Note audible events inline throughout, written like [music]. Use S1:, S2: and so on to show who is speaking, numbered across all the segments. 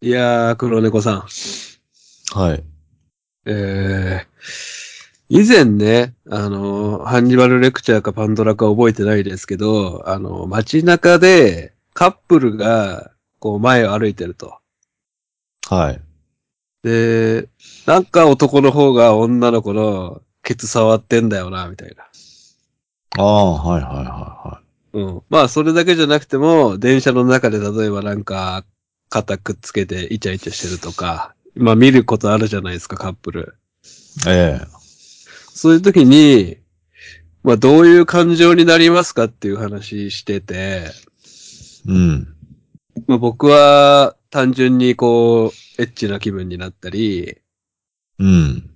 S1: いやー、黒猫さ
S2: はい。
S1: ん。えー、以前ね、あのー、ハンニバルレクチャーかパンドラか覚えてないですけど、あのー、街中でカップルが、こう、前を歩いてると。
S2: はい。
S1: で、なんか男の方が女の子のケツ触ってんだよな、みたいな。
S2: ああ、はいはいはいは
S1: うん。まあ、それだけじゃなくても、電車の中で例えばなんか、肩くっつけてイチャイチャしてるとか、まあ見ることあるじゃないですか、カップル。
S2: い。ええ
S1: そういう時に、まあどういう感情になりますかっていう話してて、
S2: うん。
S1: まあ僕は単純にこう、エッチな気分になったり、
S2: うん。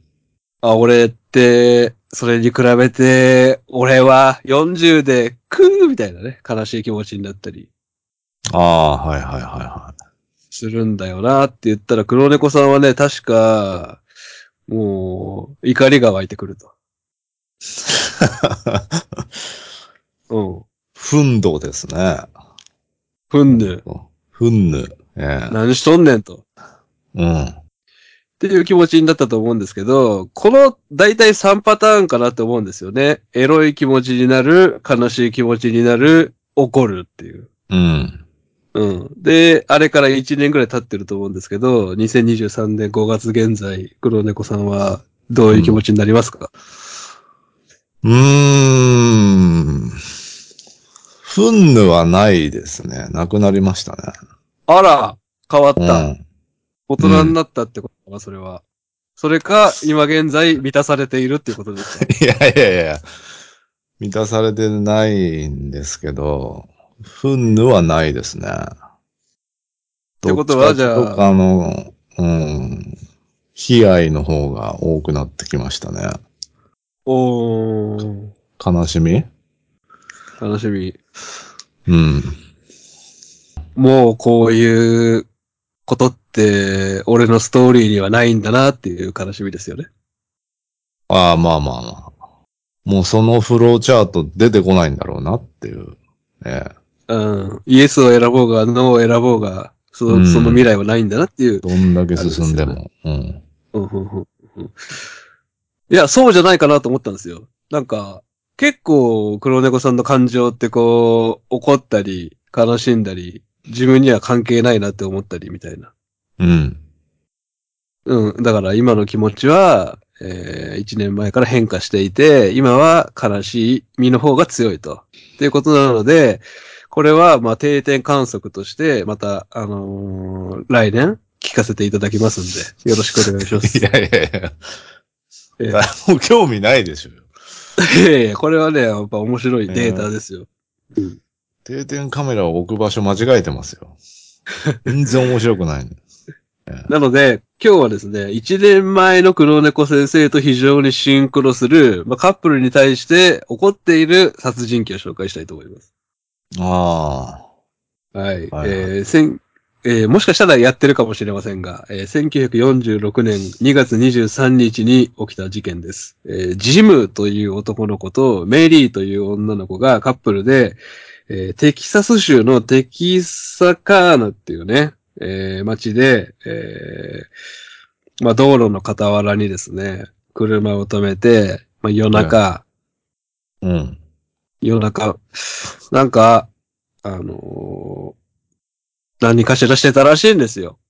S1: あ、俺って、それに比べて、俺は40で、クーみたいなね、悲しい気持ちになったり
S2: ああ、はいはいはいは
S1: するんだよなって言ったら、黒猫さんはね、確か、もう、怒りが湧いてくると。
S2: い。
S1: うん。
S2: ふんどですね。
S1: ふんぬ。
S2: ふんぬ。ええ
S1: 何しとんねんと。
S2: うん。
S1: っていう気持ちになったと思うんですけど、この大体3パターンかなと思うんですよね。エロい気持ちになる、悲しい気持ちになる、怒るっていう。
S2: うん。
S1: うん。で、あれから1年ぐらい経ってると思うんですけど、2023年5月現在、黒猫さんはどういう気持ちになりますか、
S2: うーん。ふんぬはないですね。なくなりましたね。
S1: あら変わっ
S2: う
S1: た、
S2: ん。
S1: 大人になったってことかな、それは。それか、今現在満たされているっていうことですか
S2: いやいやいや。満たされてないんですけど、ふんぬはないですね。
S1: てことはじゃあ
S2: どっちかの、うん。悲哀の方が多くなってきましたね。
S1: おー。
S2: 悲しみ
S1: 楽しみ。
S2: うん。
S1: もうこういうことって、俺のストーリーにはないんだなっていう悲しみですよね。
S2: ああ、まあまあまあ。もうそのフローチャート出てこないんだろうなっていう。ね、
S1: うん。イエスを選ぼうが、ノーを選ぼうが、そ
S2: うん
S1: のその未来はないんだなっていう。
S2: どんだけ進んでも。うん。
S1: うんうんうんうんいや、そうじゃないかなと思ったんですよ。なんか、結構黒猫さんの感情ってこう、怒ったり、悲しんだり、自分には関係ないなって思ったりみたいな。
S2: うん。
S1: うん。だから今の気持ちは、えー、1年前から変化していて、今は悲しみの方が強いと。っていうことなので、これは、まあ、定点観測として、また、あのー来年、聞かせていただきますんで、よろしくお願いしま [laughs] す。
S2: いやいやいや。
S1: え
S2: 誰 [laughs] も興味ないでしょ。
S1: いやいやこれはね、やっぱ面白いデータですよ。
S2: 定点カメラを置く場所間違えてますよ。全然面白
S1: [laughs]
S2: くない、
S1: なので、今日はですね、1年前の黒猫先生と非常にシンクロする、まあ、カップルに対して起こっている殺人鬼を紹介したいと思います。
S2: あ
S1: はい。
S2: はいはい
S1: えーせんえーもしかしたらやってるかもしれませんが、えー1946年2月23日に起きた事件です、えージムという男の子とメリーという女の子がカップルで、えーテキサス州のテキサカーナっていうね、えー街で、えーまあ、道路の傍らにですね、車を止めて、まあ、夜中、
S2: あ。うん。
S1: 夜中、なんか、あのー何かしらしてたらしいんですよ。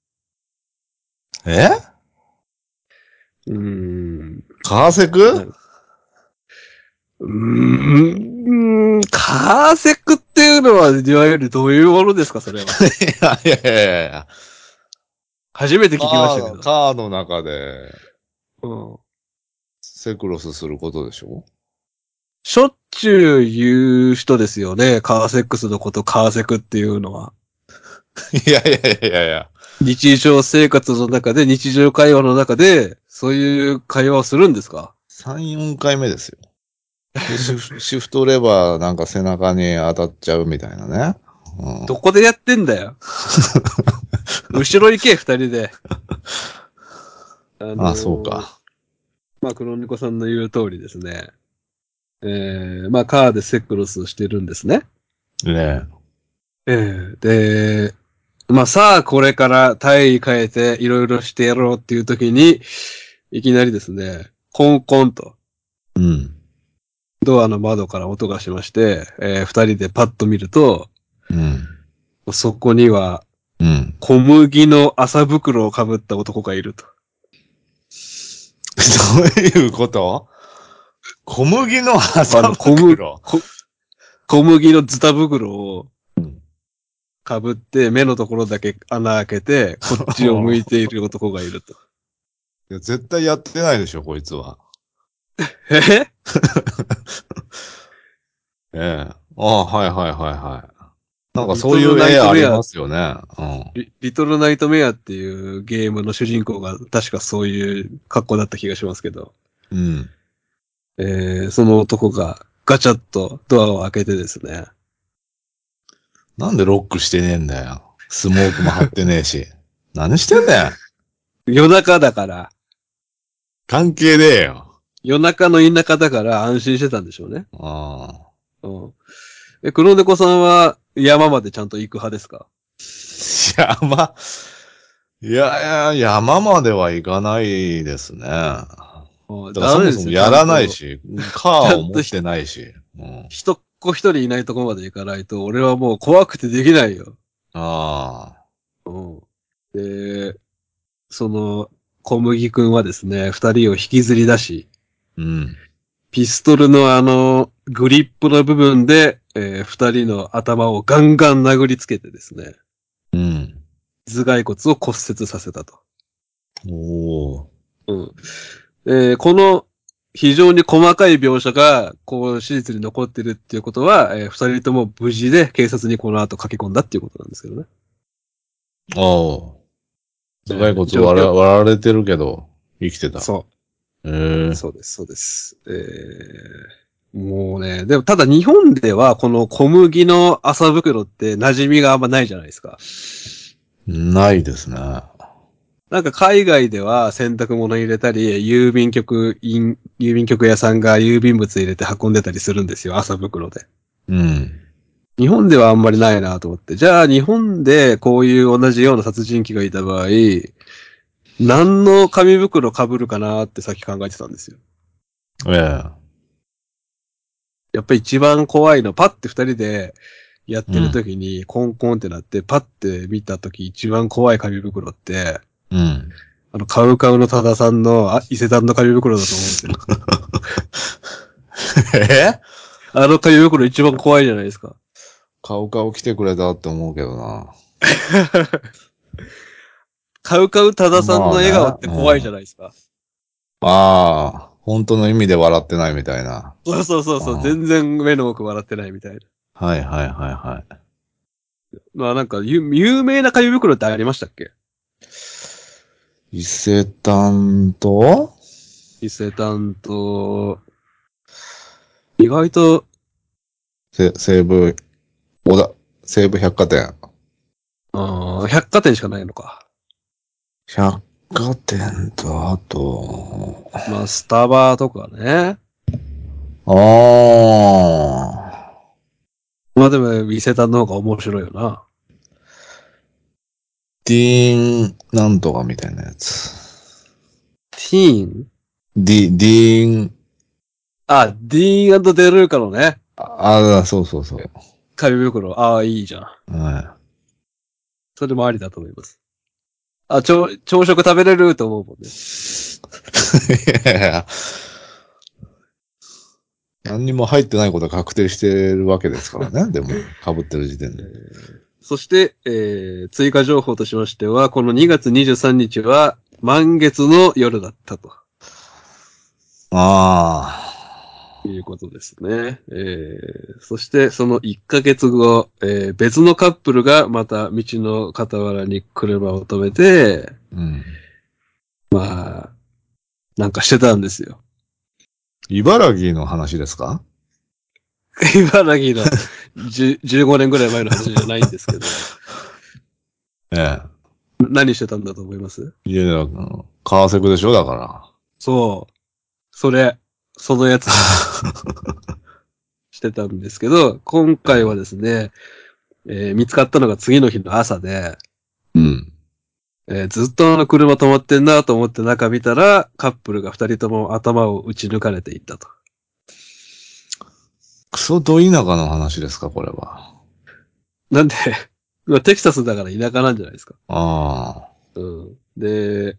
S2: え
S1: うーん。
S2: カーセク
S1: うーん、カーセクっていうのは、いわゆるどういうものですか、それは。
S2: いやいやいやいや。
S1: 初めて聞き
S2: カ
S1: ました
S2: ー
S1: け
S2: のカーの中で
S1: ど。うん、
S2: セクロスすることでしょ
S1: しょっちゅう言う人ですよね、カーセックスのこと、カーセクっていうのは。
S2: いやいやいやいやいや。
S1: 日常生活の中で、日常会話の中で、そういう会話をするんですか
S2: 3、4回目ですよ。でシ
S1: [laughs]
S2: フシフトレバーなんか背中に当たっちゃうみたいなね。うん
S1: どこでやってんだ
S2: [laughs]
S1: よ。後ろ行け、二人で。あのー
S2: あそう。か。
S1: まあ、黒猫さんの言う通りですね。えー、まあ、カーでセックロスをしてるんですね。
S2: ね
S1: えー、で、まあさあ、これから体位変えていろいろしてやろうっていう時に、いきなりですね、コンコンと
S2: うん。
S1: ドアの窓から音がしまして、えー二人でパッと見ると、
S2: うん。
S1: そこには [laughs]
S2: うん。
S1: 小麦の麻袋を被った男がいると。
S2: どういうこと小麦の
S1: あ
S2: 麻
S1: の小麦
S2: 袋
S1: こ小麦のズタ袋を被って目のところだけ穴開けて、こっちを向いている男がいると。
S2: いや絶対やってないでしょ、こいつは。
S1: え
S2: ええ。ああ、はいはいはいはい。なんかそういう絵ありますよね。うん。
S1: リリトルナイトメアっていうゲームの主人公が確かそういう格好だった気がしますけど、
S2: うん。
S1: えー、その男がガチャッとドアを開けてですね。
S2: なんでロックしてねえんだよ。スモークも張ってねえし。 [laughs] 何してんだよ。
S1: 夜中だから、
S2: 関係ねえよ。
S1: 夜中の田舎だから安心してたんでしょうね。
S2: ああ。
S1: うん。え、黒猫さんは山までちゃんと行く派ですか
S2: 山、いやいや、山までは行かないですね。だか
S1: うん
S2: らそもそもやらない。し、カーを持ってないし。うん
S1: 一っ子一人いないとこまで行かないと、俺はもう怖くてできないよ。
S2: ああ。
S1: うん。で、その、小麦くんはですね、二人を引きずり出し、
S2: うん。
S1: ピストルのあの、グリップの部分で、えー二人の頭をガンガン殴りつけてですね、
S2: うん。
S1: 頭蓋骨を骨折させたと。
S2: おお。
S1: うん。えーこの非常に細かい描写が、こう、史実に残ってるっていうことは、えー二人とも無事で警察にこの後駆け込んだっていうことなんですけどね。
S2: おお。頭蓋骨
S1: 状況
S2: 割ら割られてるけど、生きてた。
S1: そ
S2: ええ
S1: う。そうです、そうです。えーもうね、でもただ日本ではこの小麦の麻袋って馴染みがあんまないじゃないですか。
S2: ないですね。
S1: なんか海外では洗濯物入れたり、郵便局員、郵便局屋さんが郵便物入れて運んでたりするんですよ、麻袋で。
S2: うん。
S1: 日本ではあんまりないなと思って。じゃあ日本でこういう同じような殺人鬼がいた場合、何の紙袋被るかなってさっき考えてたんですよ。
S2: ええ
S1: やっぱり一番怖いの、パッて二人でやってる時にコンコンってなって、パッて見た時一番怖い紙袋って、 [laughs]
S2: うん。
S1: あの、カウカウの多田さんのあ伊勢丹の紙袋だと思うんですよ。
S2: え
S1: [laughs] あの紙袋一番怖いじゃないですか。
S2: カウカウ来てくれたって思うけどな。
S1: カウカウ多田さんの笑顔って怖いじゃないですか。
S2: ああ、本当の意味で笑ってないみたいな。
S1: そうそうそうそうう、
S2: ん
S1: 全然目の奥笑ってないみたいな。
S2: はいはいはいはい。
S1: まあなんか、ゆ有名な紙袋ってありましたっけ
S2: 伊勢丹と
S1: 伊勢丹と、意外と、
S2: せ西武、小田、西武百貨店。
S1: あー百貨店しかないのか。
S2: 百貨店と、あと、
S1: まあ、スタバとかね。
S2: ああ、
S1: まあでも、伊勢丹の方が面白いよな。
S2: ディーン、なんとかみたいなやつ。
S1: ティーン
S2: ディ、ディーン、
S1: あ、ディーンデルーカのね、
S2: ああ、そうそうそう。
S1: 紙袋。ああ、いいじゃん。
S2: は
S1: それもありだと思います。あ、朝朝食食べれると思うもんね。
S2: い。い [laughs] やいや何にも入ってないことは確定してるわけですからね。でも、被ってる時点で。
S1: そして、えー、追加情報としましては、この2月23日は満月の夜だったと。
S2: あ
S1: ということですね。えー、そして、その1ヶ月後、えー、別のカップルがまた道の傍らに車を止めて、
S2: あ。うん。
S1: まあ、なんかしてたんですよ。
S2: 茨城の話ですか
S1: 茨城の10 15年ぐらい前の話じゃないんですけど、 [laughs]
S2: ええ。
S1: 何してたんだと思います
S2: いやいや、うん川瀬区でしょだから。
S1: そう。それ、そのや [laughs] つしてたんですけど、今回はですね、えー見つかったのが次の日の朝で、
S2: うん。
S1: えーずっとあの車止まってんなと思って中見たら、カップルが二人とも頭を打ち抜かれていったと。
S2: クソど田舎の話ですか、これは。
S1: なんで、 [laughs] まあテキサスだから田舎なんじゃないですか。
S2: あ
S1: うん。で、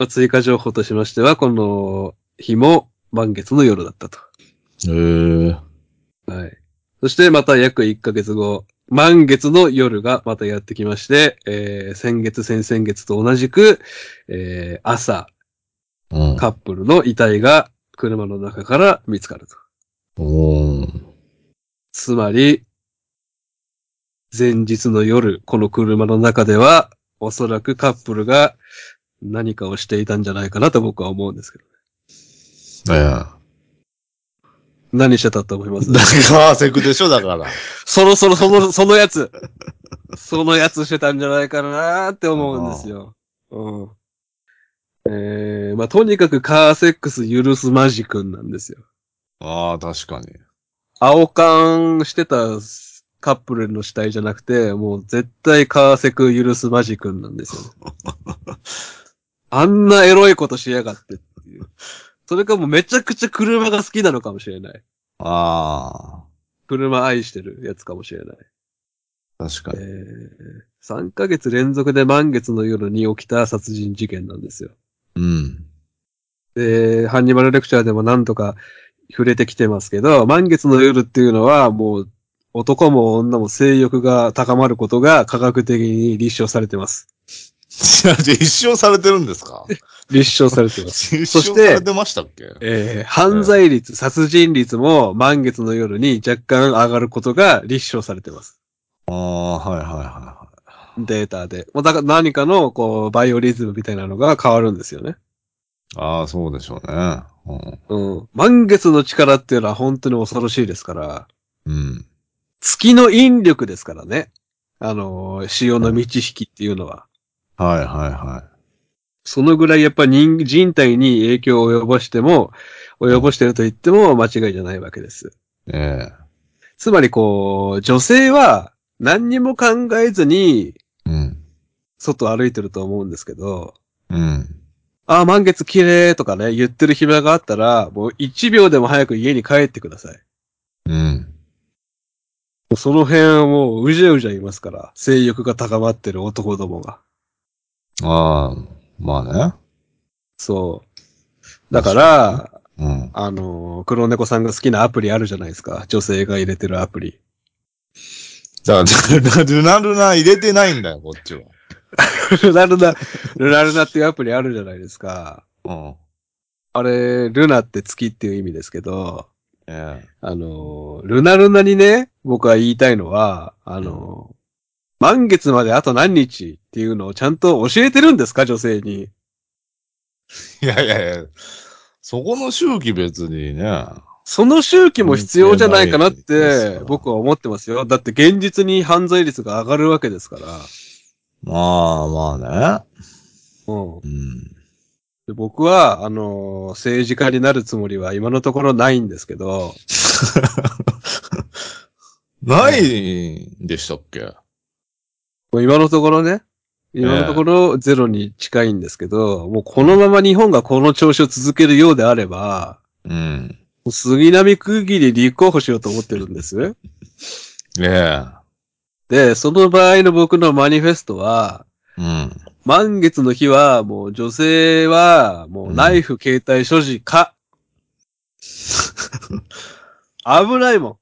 S1: まあ追加情報としましては、この日も満月の夜だったと。
S2: あ。へえ。
S1: はい。そしてまた約1ヶ月後、満月の夜がまたやってきまして、えー先月、先々月と同じく、えー朝、
S2: うん。
S1: カップルの遺体が車の中から見つかると。
S2: おー
S1: つまり、前日の夜、この車の中では、おそらくカップルが何かをしていたんじゃないかなと僕は思うんですけど。
S2: ええ。
S1: 何してたと思います
S2: だから、セクでしょ、だから。
S1: [laughs] そろそろその、そのやつ。そのやつしてたんじゃないかなーって思うんですよ。うん。えー、まあ、とにかくカーセックス許すマジ君なんですよ。
S2: ああ、確かに。
S1: 青缶してたカップルの死体じゃなくて、もう絶対カーセク許すマジ君なんですよ、 [laughs] あんなエロいことしやがってっていう。それかもうめちゃくちゃ車が好きなのかもしれない。
S2: あ
S1: 車愛してるやつかもしれない。
S2: あ、確か
S1: え
S2: に。
S1: ー、3ヶ月連続で満月の夜に起きた殺人事件なんですよ。
S2: うん。
S1: で、ハンニバルレクチャーでも何とか触れてきてますけど、満月の夜っていうのはもう男も女も性欲が高まることが科学的に立証されてます。
S2: じゃあ、一生されてるんですか
S1: 立証されてます。
S2: 一
S1: そ
S2: 生
S1: し
S2: さ
S1: て
S2: れてましたっけ
S1: [laughs] えー犯罪率、殺人率も満月の夜に若干上がることが立証されてます。
S2: ああ、はいはいは
S1: データで。もうだから何かのこうバイオリズムみたいなのが変わるんですよね。
S2: い。ああ、そうでしょうね。うん
S1: うん。満月の力っていうのは本当に恐ろしいですから、
S2: うん。
S1: 月の引力ですからね。あのー、潮の満ち引きっていうのは。
S2: はいはいは
S1: そのぐらいやっぱり人人体に影響を及ぼしても、及ぼしてると言っても間違いじゃないわけです。
S2: い。え
S1: つまりこう、女性は何にも考えずに
S2: え。うん。
S1: 外歩いてると思うんですけど、
S2: うん。
S1: ああ、満月綺麗とかね、言ってる暇があったら、もう1秒でも早く家に帰ってください。
S2: うん。
S1: その辺はもううじゃうじゃいますから、性欲が高まってる男どもが。
S2: ああ、まあ
S1: そう。だから、
S2: ね。うん。
S1: あのー、黒猫さんが好きなアプリあるじゃないですか。女性が入れてるアプリ。
S2: だから、ルナルナ入れてないんだよ、こっちは。
S1: ルナルナ、ルナルナっていうアプリあるじゃないですか。
S2: うん。
S1: あれ、ルナって月っていう意味ですけど、
S2: ええ。
S1: あのー、ルナルナにね、僕は言いたいのは、あのー、満月まであと何日っていうのをちゃんと教えてるんですか女性に。
S2: いやいやいや、そこの周期別にね。
S1: その周期も必要じゃないかなっ
S2: 関係ないです
S1: て
S2: から
S1: 僕は思ってますよ。だって現実に犯罪率が上がるわけですから。
S2: まあまあ
S1: うん、
S2: ね。うん。
S1: で僕は、あのー政治家になるつもりは今のところないんですけど、
S2: ないんでしたっけ
S1: もう今のところね、今のところゼロに近いんですけど、もうこのまま日本がこの調子を続けるようであれば、
S2: うん。
S1: もう杉並区議に立候補しようと思ってるんです。
S2: ええ。
S1: で、その場合の僕のマニフェストは、
S2: うん。
S1: 満月の日は、もう女性は、もうナイフ、携帯、所持か。危ないも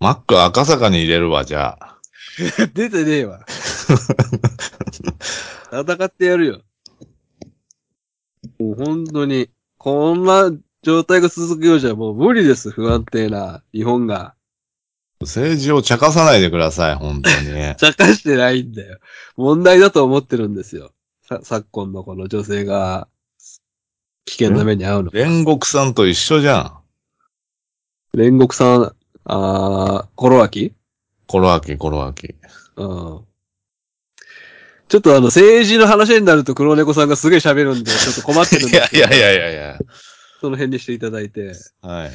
S2: マック赤坂に入れるわ、じゃあ。
S1: ん。出てねえわ。戦ってやるよ。もう本当に、こんな状態が続くようじゃもう無理です。不安定な日本が。。
S2: 政治を茶化さないでください、本当 [laughs] に
S1: 茶化してないんだよ。問題だと思ってるんですよ。さ昨今のこの女性が危険な目に遭うの。
S2: 煉獄さんと一緒じゃん。
S1: 煉獄さん、あー、コロアキ
S2: コロアキ、コロアキ。
S1: うんちょっとあの、政治の話になると黒猫さんがすげえ喋るんで、ちょっと困ってるん
S2: い
S1: で
S2: や [laughs] いやいやいやいや。
S1: その辺にしていただいて。
S2: はい。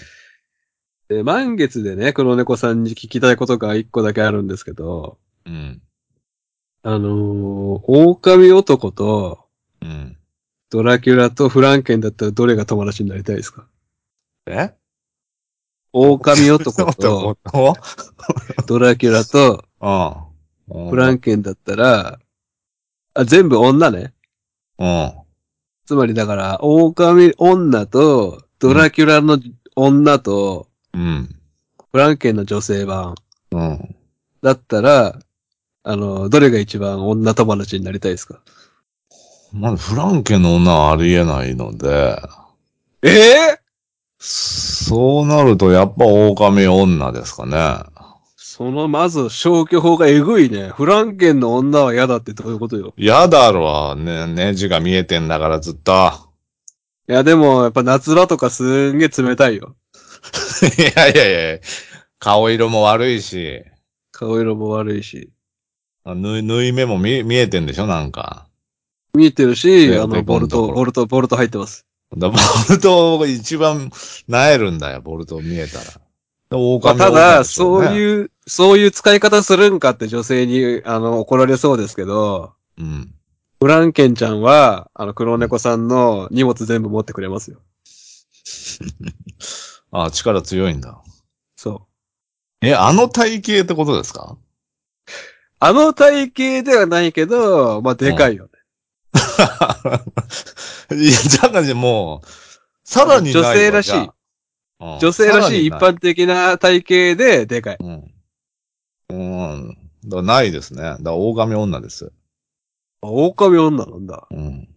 S1: で、満月でね、黒猫さんに聞きたいことが一個だけあるんですけど、
S2: うん。
S1: あのー、狼男と
S2: うん。
S1: ドラキュラとフランケンだったらどれが友達になりたいですか
S2: え
S1: 狼
S2: [laughs]
S1: 男
S2: 男
S1: と
S2: と
S1: ドラキュラと
S2: うん。
S1: フランケンだったら、あ、全部女ね。
S2: うん。
S1: つまりだから、狼女とドラキュラの女と
S2: うん。
S1: フランケンの女性版
S2: うん。
S1: だったら、あの、どれが一番女友達になりたいですか
S2: まずフランケンの女はありえないので、
S1: ええ
S2: そうなるとやっぱ狼女ですかね。
S1: その、まず消去法がえぐいね。フランケンの女は嫌だってどういうことよ。
S2: やだろ、ね、ネジが見えてんだからずっと。 [laughs]
S1: いや、でも、やっぱ夏場とかすんげえ冷たいよ。
S2: いやいやいや、顔色も悪いし、
S1: 顔色も悪いし。
S2: 縫い縫い目も見見えてんでしょ、なんか。
S1: 見えてる
S2: ね
S1: し、あの、
S2: ボ
S1: ボ
S2: ル
S1: ル
S2: ト
S1: ト、ボルト、ボルト入ってます。
S2: だボルトが一番萎えるんだよ、ボルト見えたら。で
S1: まあ、
S2: 狼
S1: ただ、そう
S2: う。
S1: いう、そういう使い方するんかって女性に、あの、怒られそうですけど、
S2: うん。
S1: フランケンちゃんは、あの、黒猫さんの荷物全部持ってくれますよ。
S2: あ、力強いんだ。
S1: そう。
S2: え、あの体型ってことですか
S1: あの体型ではないけど、まあ、でかいよね。
S2: [laughs] いや、じゃあなもう、さらにないわ
S1: 女性らしい。
S2: じゃあうん
S1: 女性らしい一
S2: さにない
S1: 般的な体型で、でかい。
S2: うん。うん。だからないですね。だから大神女です。
S1: あ狼女なんだ。
S2: うん。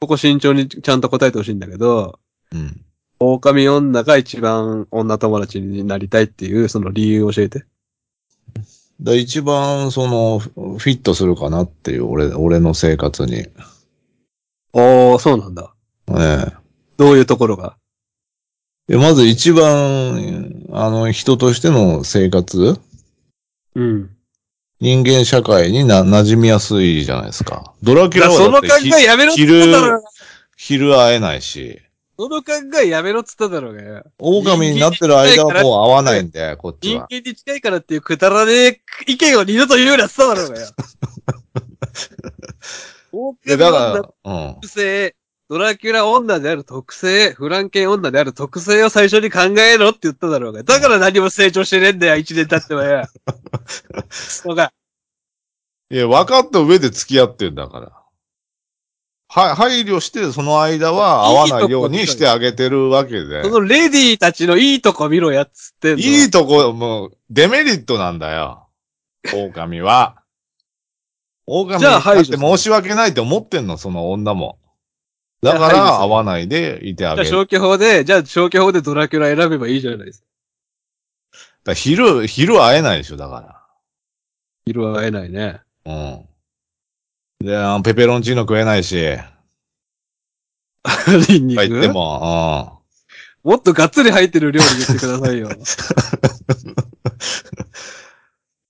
S1: ここ慎重にちゃんと答えてほしいんだけど、
S2: うん。
S1: 狼女が一番女友達になりたいっていう、その理由を教えて。
S2: だから一番、その、フフィットするかなっていう、俺、俺の生活に。え
S1: おー、そうなんだ。
S2: え。
S1: どういうところが
S2: でまず一番、あの、人としての生活
S1: うん。
S2: 人間社会にな、馴染みやすいじゃないですか。ドラキ
S1: い
S2: ュラ
S1: や、
S2: は
S1: そ
S2: だ
S1: の
S2: って
S1: 考えやめろっつっただろうが
S2: 昼会えないし、
S1: その考えやめろっつっただろうがよ。
S2: 狼になってる間はもう会わないんで、こっち
S1: 人
S2: は
S1: 間。に近いからっていうくだらねえ意見を二度と言うなっつっただろうがよ。
S2: [laughs]
S1: 狼女の
S2: いや、だから、うん。
S1: 特性、ドラキュラ女である特性、フランケン女である特性を最初に考えろって言っただろうが。だから何も成長してねえんだよ、一年経っても
S2: [laughs]
S1: よ。そうか。
S2: いや、分かった上で付き合ってんだから。は、配慮して、その間は会わないようにしてあげてるわけで
S1: そ。のレディーたちのいいとこ見ろやっつってんの。
S2: いいとこ、もう、デメリットなんだよ。狼は。狼
S1: じゃ
S2: だ
S1: あ排除
S2: って申し訳ないって思ってんの、その女も。だか
S1: じゃあ排除
S2: ら、
S1: す
S2: 会
S1: る
S2: わないでいてあ
S1: じゃ
S2: げ
S1: あ
S2: る。だか
S1: 消去法で、じゃあ消去法でドラキュラ選べばいいじゃないですか。
S2: ら昼、昼会えないでしょ、だか
S1: 色は会えないね。
S2: [laughs] ら。うん。で、あのペペロンチーノ食えないし、
S1: ニンニ
S2: とか
S1: ク
S2: 言っても、
S1: もっとがっつり入ってる料理言ってくださいよ。
S2: うん。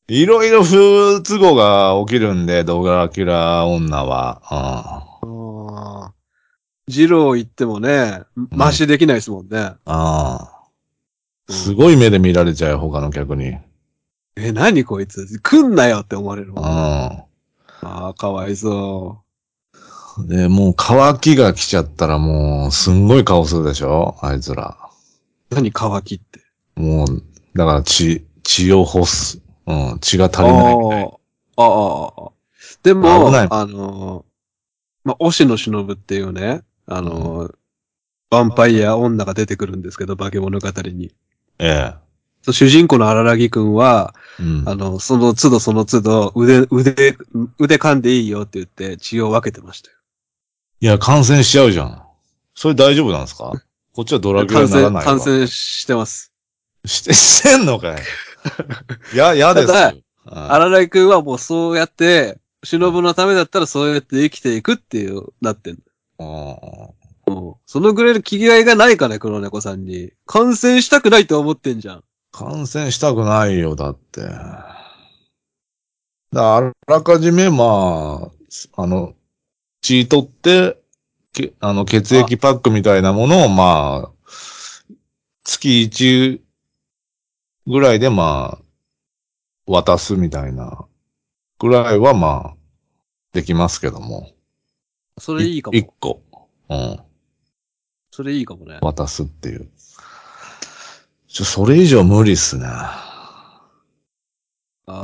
S2: いろいろ不都合が起きるんで、ドラキュラ女は。うん。
S1: あージロー行ってもね、マシできないですもんね。
S2: ああ。すごい目で見られちゃう、他の客に。
S1: え、何こいつ来んなよって思われる
S2: う
S1: もん。あ
S2: ん。
S1: あー、かわいそ
S2: で、もう乾きが来ちゃったらもう、すんごい顔するでしょあいつら。
S1: う。何乾きって。
S2: もう、だから血、血を干す。うん、血が足りないみたい。
S1: ああ、ああ。で
S2: 危
S1: も、
S2: ない
S1: あのー、まあ、押野忍っていうね、あのー、ヴァンパイア女が出てくるんですけど、化け物語に。
S2: え
S1: そう主人公の荒らぎくんは、
S2: え。うん。
S1: あの、その都度その都度、腕、腕、腕噛んでいいよって言って血を分けてましたよ。
S2: いや、感染しちゃうじゃん。それ大丈夫なんですかこっちはドラキュ
S1: 感
S2: ラになら
S1: 染、
S2: ないわ
S1: 感染してます。
S2: して、してんのかい。い [laughs] や、嫌ですよ。
S1: ただ
S2: あ
S1: 荒井くんはもうそうやって、忍のためだったらそうやって生きていくっていう、なってんの。そのぐらいの気概がないから、黒猫さんに。感染したくないと思ってんじゃん。
S2: 感染したくないよ、だって。だからあらかじめ、まあ、あの、血取って、けあの、血液パックみたいなものを、まあ、月1ぐらいで、まあ、渡すみたいなぐらいはまあ、できますけども。
S1: それいいかも。
S2: 一個。うん。
S1: それいいかもね。
S2: 渡すっていう。ちょ、それ以上無理っすね。
S1: あ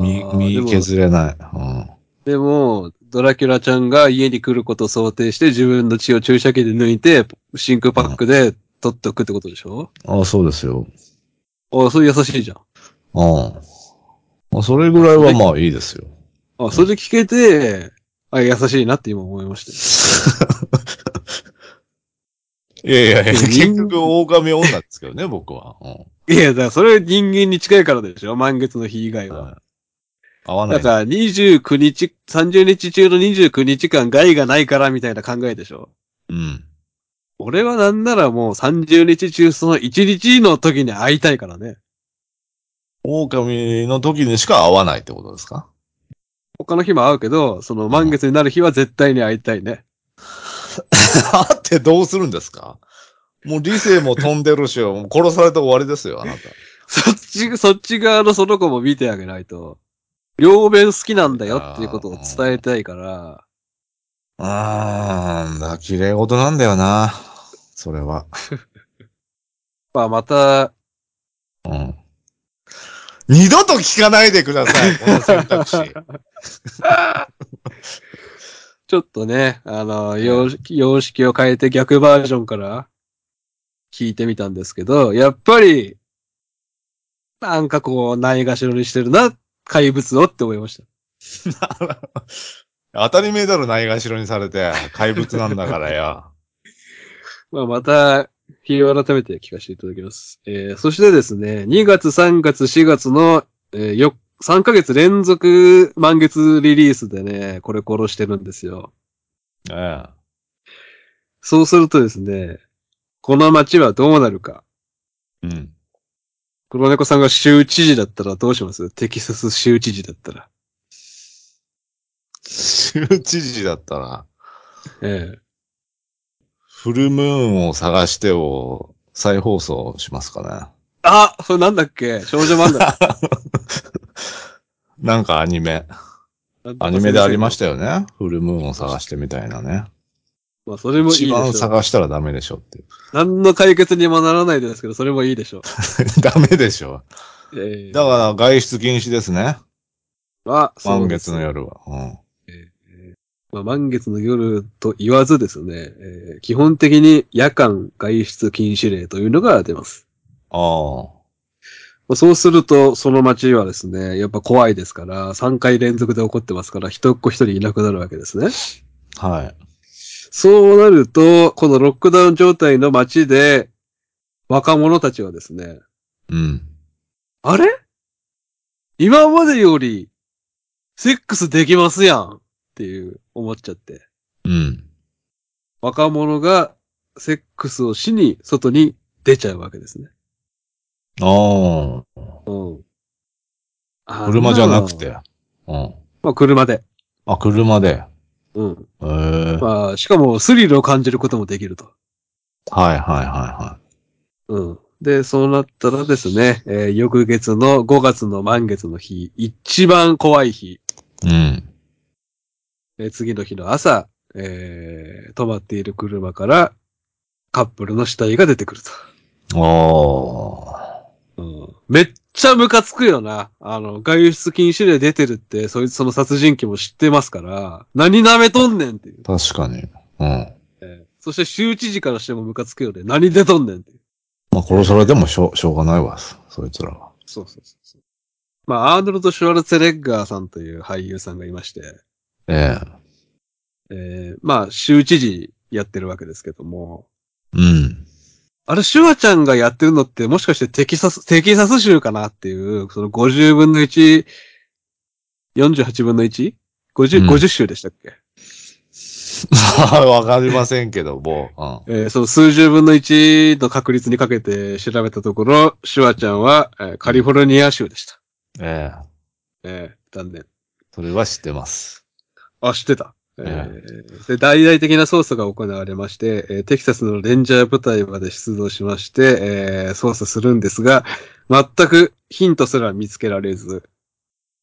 S2: 身
S1: ーで
S2: 身
S1: も
S2: 削れない。うん。
S1: でも、ドラキュラちゃんが家に来ることを想定して自分の血を注射器で抜いて、真空パックで取っておくってことでしょ、
S2: あそうですよ。
S1: ああ、それ優しいじゃん。
S2: うん。まあそれぐらいはまあいいですよ。
S1: ああ、それで聞けて、あ優しいなって今思いました。
S2: いやいやいや、
S1: 人
S2: 結局狼女ですけどね、僕は。 [laughs] うん。
S1: いや、だからそれ人間に近いからでしょ満月の日以外は。
S2: 合わな
S1: だ
S2: い。
S1: から29日、30日中の29日間害がないからみたいな考えでしょ
S2: うん。
S1: 俺はなんならもう30日中その1日の時に会いたいからね。
S2: 狼の時にしか会わないってことですか
S1: 他の日も会うけど、その満月になる日は絶対に会いたいね。
S2: 会ってどうするんですかもう理性も飛んでるし、もう殺されて終わりですよ、あな [laughs] た。
S1: そっち、そっち側のその子も見てあげないと。両面好きなんだよっていうことを伝えたいから、
S2: あーんだ、綺麗事なんだよな。それは。
S1: まあまた、
S2: うん。二度と聞かないでください、この選択肢。 [laughs]
S1: ちょっとね、あの、様式様式を変えて逆バージョンから聞いてみたんですけど、やっぱり、なんかこう、ないがしろにしてるな、怪物をって思いました。
S2: 当たり前だろ、ないがしろにされて。怪物なんだからよ。 [laughs]
S1: まあ、また、日を改めて聞かせていただきます。えー、そしてですね、2月、3月、4月の、えー、よ、3ヶ月連続満月リリースでね、これ殺してるんですよ。
S2: ええ。
S1: そうするとですね、この街はどうなるか。
S2: うん。
S1: 黒猫さんが州知事だったらどうしますテキサス州知事だったら。
S2: 州知事だったら、
S1: ええ
S2: フルムーンを探してを再放送しますか
S1: あそれなんだっけ少女漫
S2: [laughs]
S1: 画。
S2: ね。なんかアニメ。アニメでありましたよね。フルムーンを探してみたいなね。
S1: た。まあ、それもいい
S2: 一番
S1: でしょう。
S2: 探したらダメでしょっていう。 [laughs]
S1: 何の解決にもならないですけど、それもいいでしょ
S2: ダメでしょ。
S1: う。ええ
S2: だから外出禁止ですね。
S1: まあ、そう
S2: 満
S1: で
S2: 月
S1: す
S2: の夜は。うん。
S1: まあ、満月の夜と言わずですね、えー基本的に夜間外出禁止令というのが出ます。
S2: ああ。
S1: まあそうすると、その街はですね、やっぱ怖いですから、3回連続で起こってますから、一っ子一人いなくなるわけですね。
S2: はい。
S1: そうなると、このロックダウン状態の街で、若者たちはですね、
S2: うん。
S1: あれ今までより、セックスできますやんっていう、思っちゃって。
S2: うん。
S1: 若者がセックスをしに外に出ちゃうわけですね。
S2: あ
S1: うん。あ
S2: あ。
S1: ー
S2: 車じゃなく。て。うん。
S1: まあ車で。
S2: あ、車で。
S1: うん。
S2: ええはい
S1: まあ、しかもスリルを感じることもできると。
S2: はいはいは
S1: うん。で、そうなったらですね、えー翌月の5月の満月の日、一番怖い日、
S2: い。うん。
S1: えー次の日の朝、えー止まっている車からカップルの死体が出てくると。
S2: あ
S1: うんめっちゃムカつくよな。あの、外出禁止令出てるって、そいつその殺人鬼も知ってますから、何舐めとんねんっていう。
S2: あ。確かに。うん。
S1: えーそして州知事からしてもムカつくよね。何出とんねんっていう。
S2: まあ、殺されてもしょしょうがないわ、そそいつらは。
S1: そうそうそうそう。まあ、アーノルド・シュワルツェレッガーさんという俳優さんがいまして、
S2: え
S1: えーまあ、州知事やってるわけですけども、
S2: えうん。 [laughs]
S1: あれ、シュワちゃんがやってるのって、もしかしてテキサス、テキサス州かなっていう、その50分の1、48分の 1?50、50
S2: うん
S1: 50州でしたっけ、
S2: わかりませんけど、もう。うん。
S1: えーその数十分の1の確率にかけて調べたところ、シュワちゃんは、えーカリフォルニア州でした。
S2: ええ
S1: えー残念。
S2: それは知ってます。
S1: あ、知ってた。えーで
S2: え
S1: 大々的な捜査が行われまして、えーテキサスのレンジャー部隊まで出動しまして、えー捜査するんですが、全くヒントすら見つけられず、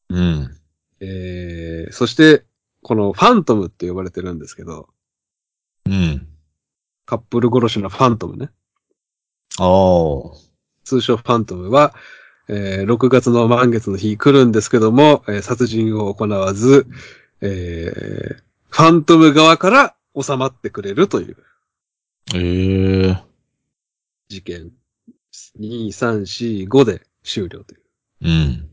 S2: うん。
S1: えー、そして、このファントムって呼ばれてるんですけど、
S2: うん。
S1: カップル殺しのファントムね。
S2: ああ。
S1: 通称ファントムは、えー6月の満月の日来るんですけども、えー殺人を行わず、えーファントム側から収まってくれるという
S2: ええ
S1: 事件。2、3、4、5で終了という
S2: うん。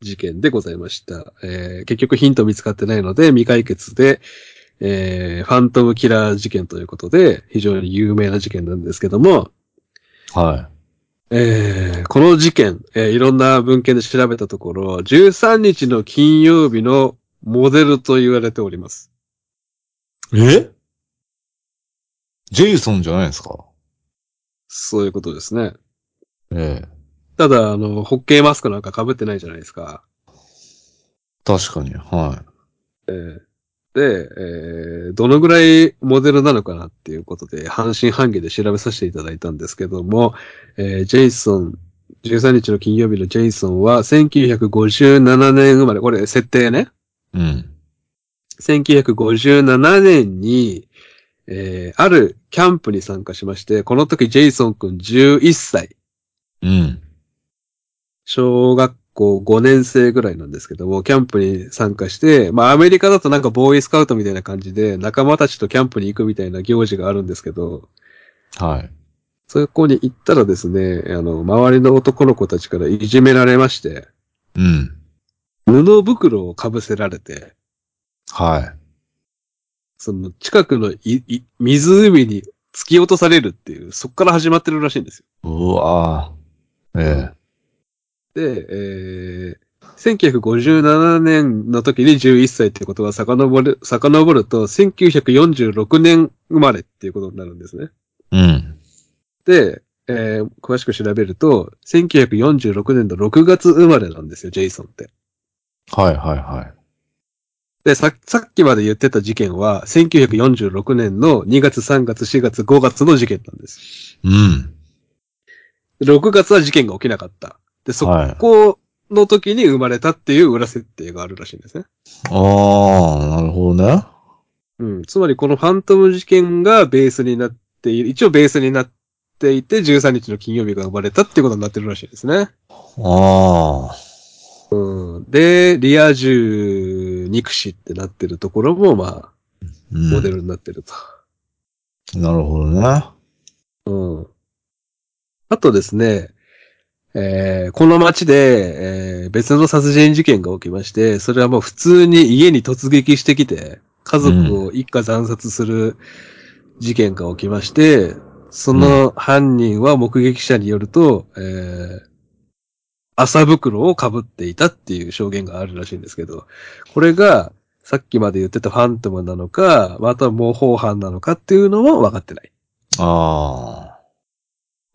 S1: 事件でございました。えー結局ヒント見つかってないので未解決で、えーファントムキラー事件ということで、非常に有名な事件なんですけども、
S2: は
S1: えーこの事件、えーいろんな文献で調べたところ、13日の金曜日のモデルと言われております。
S2: い。えジェイソンじゃないですか
S1: そういうことですね。
S2: ええ
S1: ただ、あの、ホッケーマスクなんか被ってないじゃないですか。
S2: 確かに。は
S1: えーで、えーどのぐらいモデルなのかなっていうことで、半信半疑で調べさせていただいたんですけども、えージェイソン、13日の金曜日のジェイソンは、1957年生まれ、これ設定ね。
S2: い。うん。
S1: 1957年に、えー、あるキャンプに参加しまして、この時ジェイソン君11歳、
S2: うん。
S1: 小学校5年生ぐらいなんですけども、キャンプに参加して、まあアメリカだとなんかボーイスカウトみたいな感じで、仲間たちとキャンプに行くみたいな行事があるんですけど、
S2: はい。
S1: そこに行ったらですね、あの、周りの男の子たちからいじめられまして、
S2: うん。
S1: 布袋を被せられて、
S2: はい。
S1: その近くのいい湖に突き落とされるっていう、そこから始まってるらしいんですよ。
S2: うわぁ。え
S1: で、えー、1957年の時に11歳ってことは遡る、遡ると1946年生まれっていうことになるんですね。
S2: えうん。
S1: で、えー詳しく調べると、1946年の6月生まれなんですよ、ジェイソンって。
S2: はいはいはい。
S1: で、ささっきまで言ってた事件は、1946年の2月、3月、4月、5月の事件なんです。
S2: うん。
S1: 6月は事件が起きなかった。で、そ
S2: はい
S1: この時に生まれたっていう裏設定があるらしいんですね。
S2: ああ、なるほどね。
S1: うん。つまりこのファントム事件がベースになっている、一応ベースになっていて、13日の金曜日が生まれたってことになってるらしいですね。
S2: ああ。
S1: うん。で、リア充憎しってなってるところも、ま
S2: うん
S1: あ、モデルになってると。
S2: なるほどね。
S1: うん。あとですね、えーこの街で、えー別の殺人事件が起きまして、それはもう普通に家に突撃してきて、家族を一家惨殺する事件が起きまして、その犯人は目撃者によると、えー麻袋を被っていたっていう証言があるらしいんですけど、これがさっきまで言ってたファントムなのか、または模倣犯なのかっていうのも分かってない。
S2: あ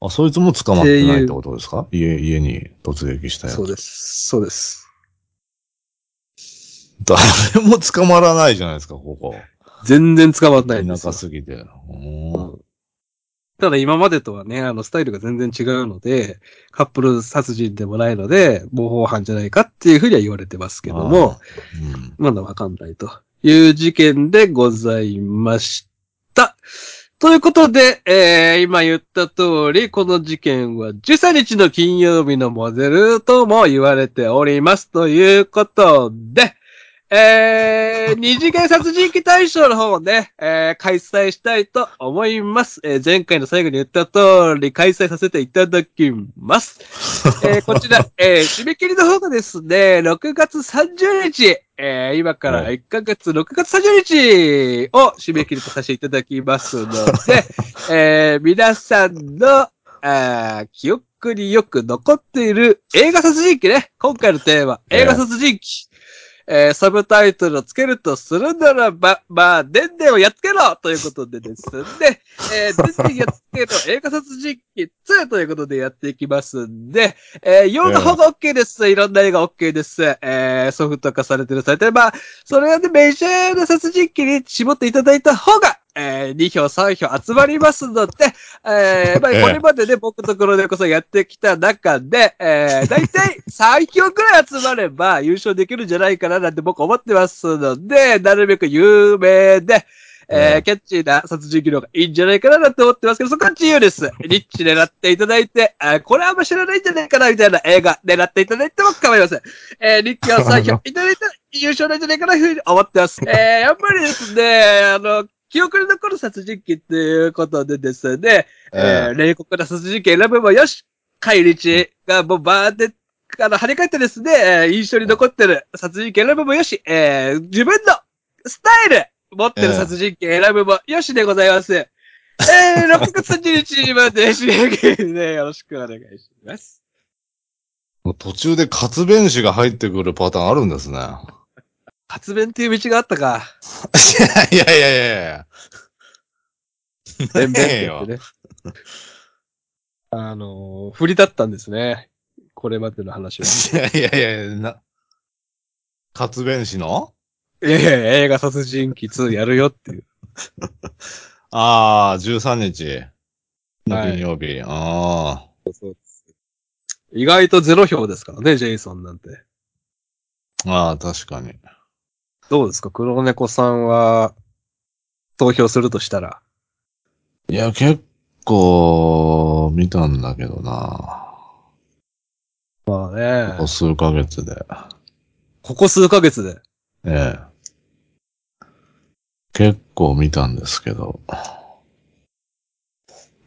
S2: あ。あ、そいつも捕まってないってことですか家、家に突撃したやつ。
S1: そうです。そうです。
S2: 誰 [laughs] も捕まらないじゃないですか、ここ。
S1: 全然捕まんないん
S2: 田
S1: です
S2: 舎
S1: よ。
S2: すぎて。う
S1: うんんただ今までとはね、あの、スタイルが全然違うので、カップル殺人でもないので、模倣犯じゃないかっていうふうには言われてますけども、
S2: うん
S1: まだわかんないという事件でございました。ということで、えー今言った通り、この事件は13日の金曜日のモデルとも言われております。ということで、えー、二次元殺人鬼大賞の方をね、えー開催したいと思います。えー前回の最後に言った通り、開催させていただきます。えーこちら、えー締め切りの方がですね、6月30日、えー今から
S2: は
S1: 1ヶ月、6月30日を締め切りとさせていただきますので、えー皆さんの、あー記憶によく残っている映画殺人鬼ね。今回のテーマ、
S2: ええ
S1: 映画殺人鬼。えーサブタイトルをつけるとするならば、まあ、でんでんをやっつけろということでですね、えー、でんでんやっつけろ
S2: [laughs]
S1: 映画殺人鬼2ということでやっていきますんで、えー、用の方が OK です。いろんな映画 OK です。えー、ソフト化されてるサイト、まあ、それでメジャーな殺人鬼に絞っていただいた方が、ええー、2票、3票集まりますので、えー、まあ、
S2: ええ
S1: これまでね、僕と黒猫さんやってきた中で、えー、大体3票くらい集まれば優勝できるんじゃないかななんて僕思ってますので、なるべく有名で、え
S2: え
S1: ー、
S2: え
S1: キャッチーな殺人技能がいいんじゃないかななんて思ってますけど、そこは自由です。リッチ狙っていただいて、あーこれはあんま知らないんじゃないかなみたいな映画狙っていただいても構いません。えー、リッチを3票いただいたら優勝なんじゃないかなというふうに思ってます。えー、やっぱりですね、あの、記憶に残る殺人鬼っていうことでですね、えー、冷酷な殺人鬼選べばよし、帰り地がもうバーで、あの、跳ね返ってですね、えー印象に残ってる殺人鬼選べばよし、えー、自分のスタイル持ってる殺人鬼選べばよしでございます。えー、6月30日まで CG でよろしくお願いします。
S2: もう途中で活弁士が入ってくるパターンあるんですね。
S1: 発弁っていう道があったか。
S2: いやいやいやいや。
S1: 全
S2: ねえ
S1: 弁
S2: よ
S1: ってね。あのー、振りだったんですね。これまでの話は。
S2: いやいやいや、な、活弁士の
S1: いやいや、映画殺人鬼2やるよっていう。
S2: ああ、13日の金曜日。あ
S1: 意外とゼロ票ですからね、ジェイソンなんて。
S2: あ、ああ、確かに。
S1: どうですか黒猫さんは、投票するとしたら。
S2: いや、結構、見たんだけどな。
S1: まあ
S2: こ
S1: ね
S2: こ、数ヶ月で。
S1: ここ数ヶ月で。
S2: ええ。結構見たんですけど。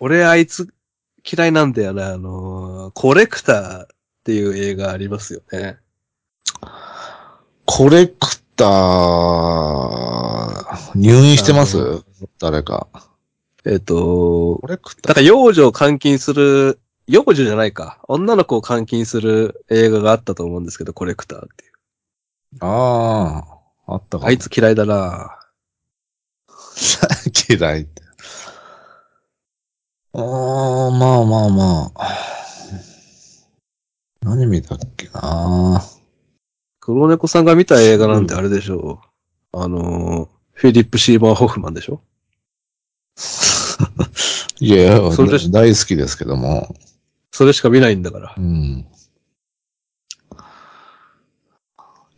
S1: 俺、あいつ、嫌いなんだよな、あのーコレクターっていう映画ありますよね。
S2: コレクター、入院してます
S1: あの
S2: 誰か。
S1: えっ、と、
S2: コレクタ
S1: だから幼女を監禁する、幼女じゃないか。女の子を監禁する映画があったと思うんですけど、コレクターっていう。
S2: ーああ、あったかも
S1: あいつ嫌いだな
S2: [laughs] 嫌いって。ああ、まあまあまあ。何見たっけな。
S1: 黒猫さんが見た映画なんてあれでしょう。あのー、フィリップ・シーバー・ホフマンでしょ
S2: いや、いや
S1: それで
S2: 大好きですけども。
S1: それしか見ないんだから
S2: う。ん。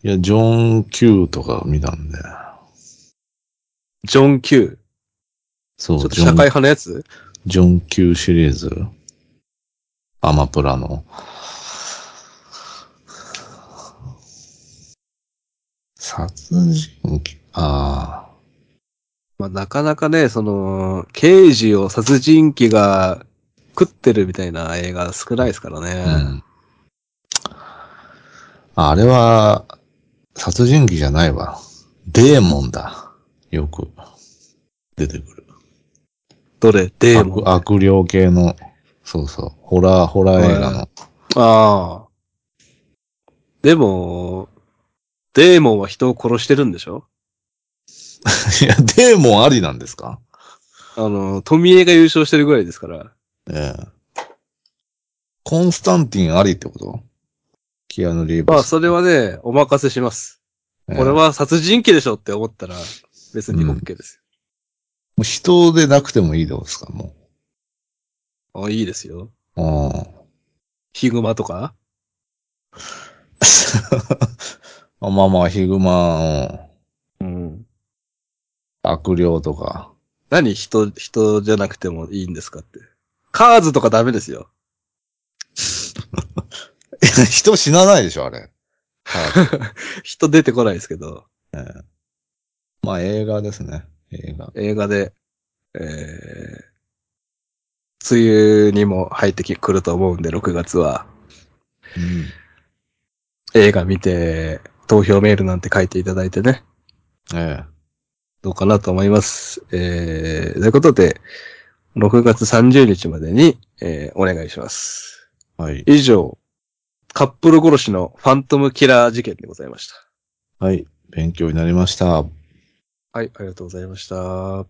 S2: いや、ジョン・ Q とか見たんで。
S1: ジョン・ Q。
S2: そ
S1: ちょっ
S2: う、
S1: と
S2: ジ
S1: 社会
S2: ョン、
S1: 派のやつ
S2: ジョン Q シリーズ。アマプラの。殺人鬼、ああ。
S1: まあ、なかなかね、その、刑事を殺人鬼が食ってるみたいな映画少ないですからね。
S2: あれは、殺人鬼じゃないわ。デーモンだ。よく、出てくる。
S1: どれデーモン。
S2: 悪悪霊系の、そうそう、ホラー、ホラー映画の。
S1: ああ。でも、デーモンは人を殺してるんでしょ
S2: いや、デーモンありなんですか
S1: あの、富江が優勝してるぐらいですから。
S2: ええ。コンスタンティンありってことキアヌ・リーブス。
S1: まあ、それはね、お任せします。
S2: ええ
S1: これは殺人鬼でしょって思ったら、別に OK です
S2: もう人でなくてもいいでですかも
S1: よ。あいいですよ。
S2: う。うん。 [laughs]
S1: ヒグマとか
S2: あまあまあ、ヒグマ、う
S1: う
S2: ん
S1: ん。
S2: 悪霊とか。
S1: 何人、人じゃなくてもいいんですかって。カーズとかダメですよ。
S2: [laughs] 人死なないでしょ、あれ。
S1: 人出てこないですけど、
S2: まあ映画ですね。映画。
S1: 映画で、えー、梅雨にも入ってきくると思うんで、6月は。
S2: うん。
S1: 映画見て、投票メールなんて書いていただいてね、
S2: ええ。
S1: どうかなと思います。えー、ということで、6月30日までに、えー、お願いします。
S2: はい。
S1: 以上、カップル殺しのファントムキラー事件でございました。
S2: はい。勉強になりました。
S1: はい、ありがとうございました。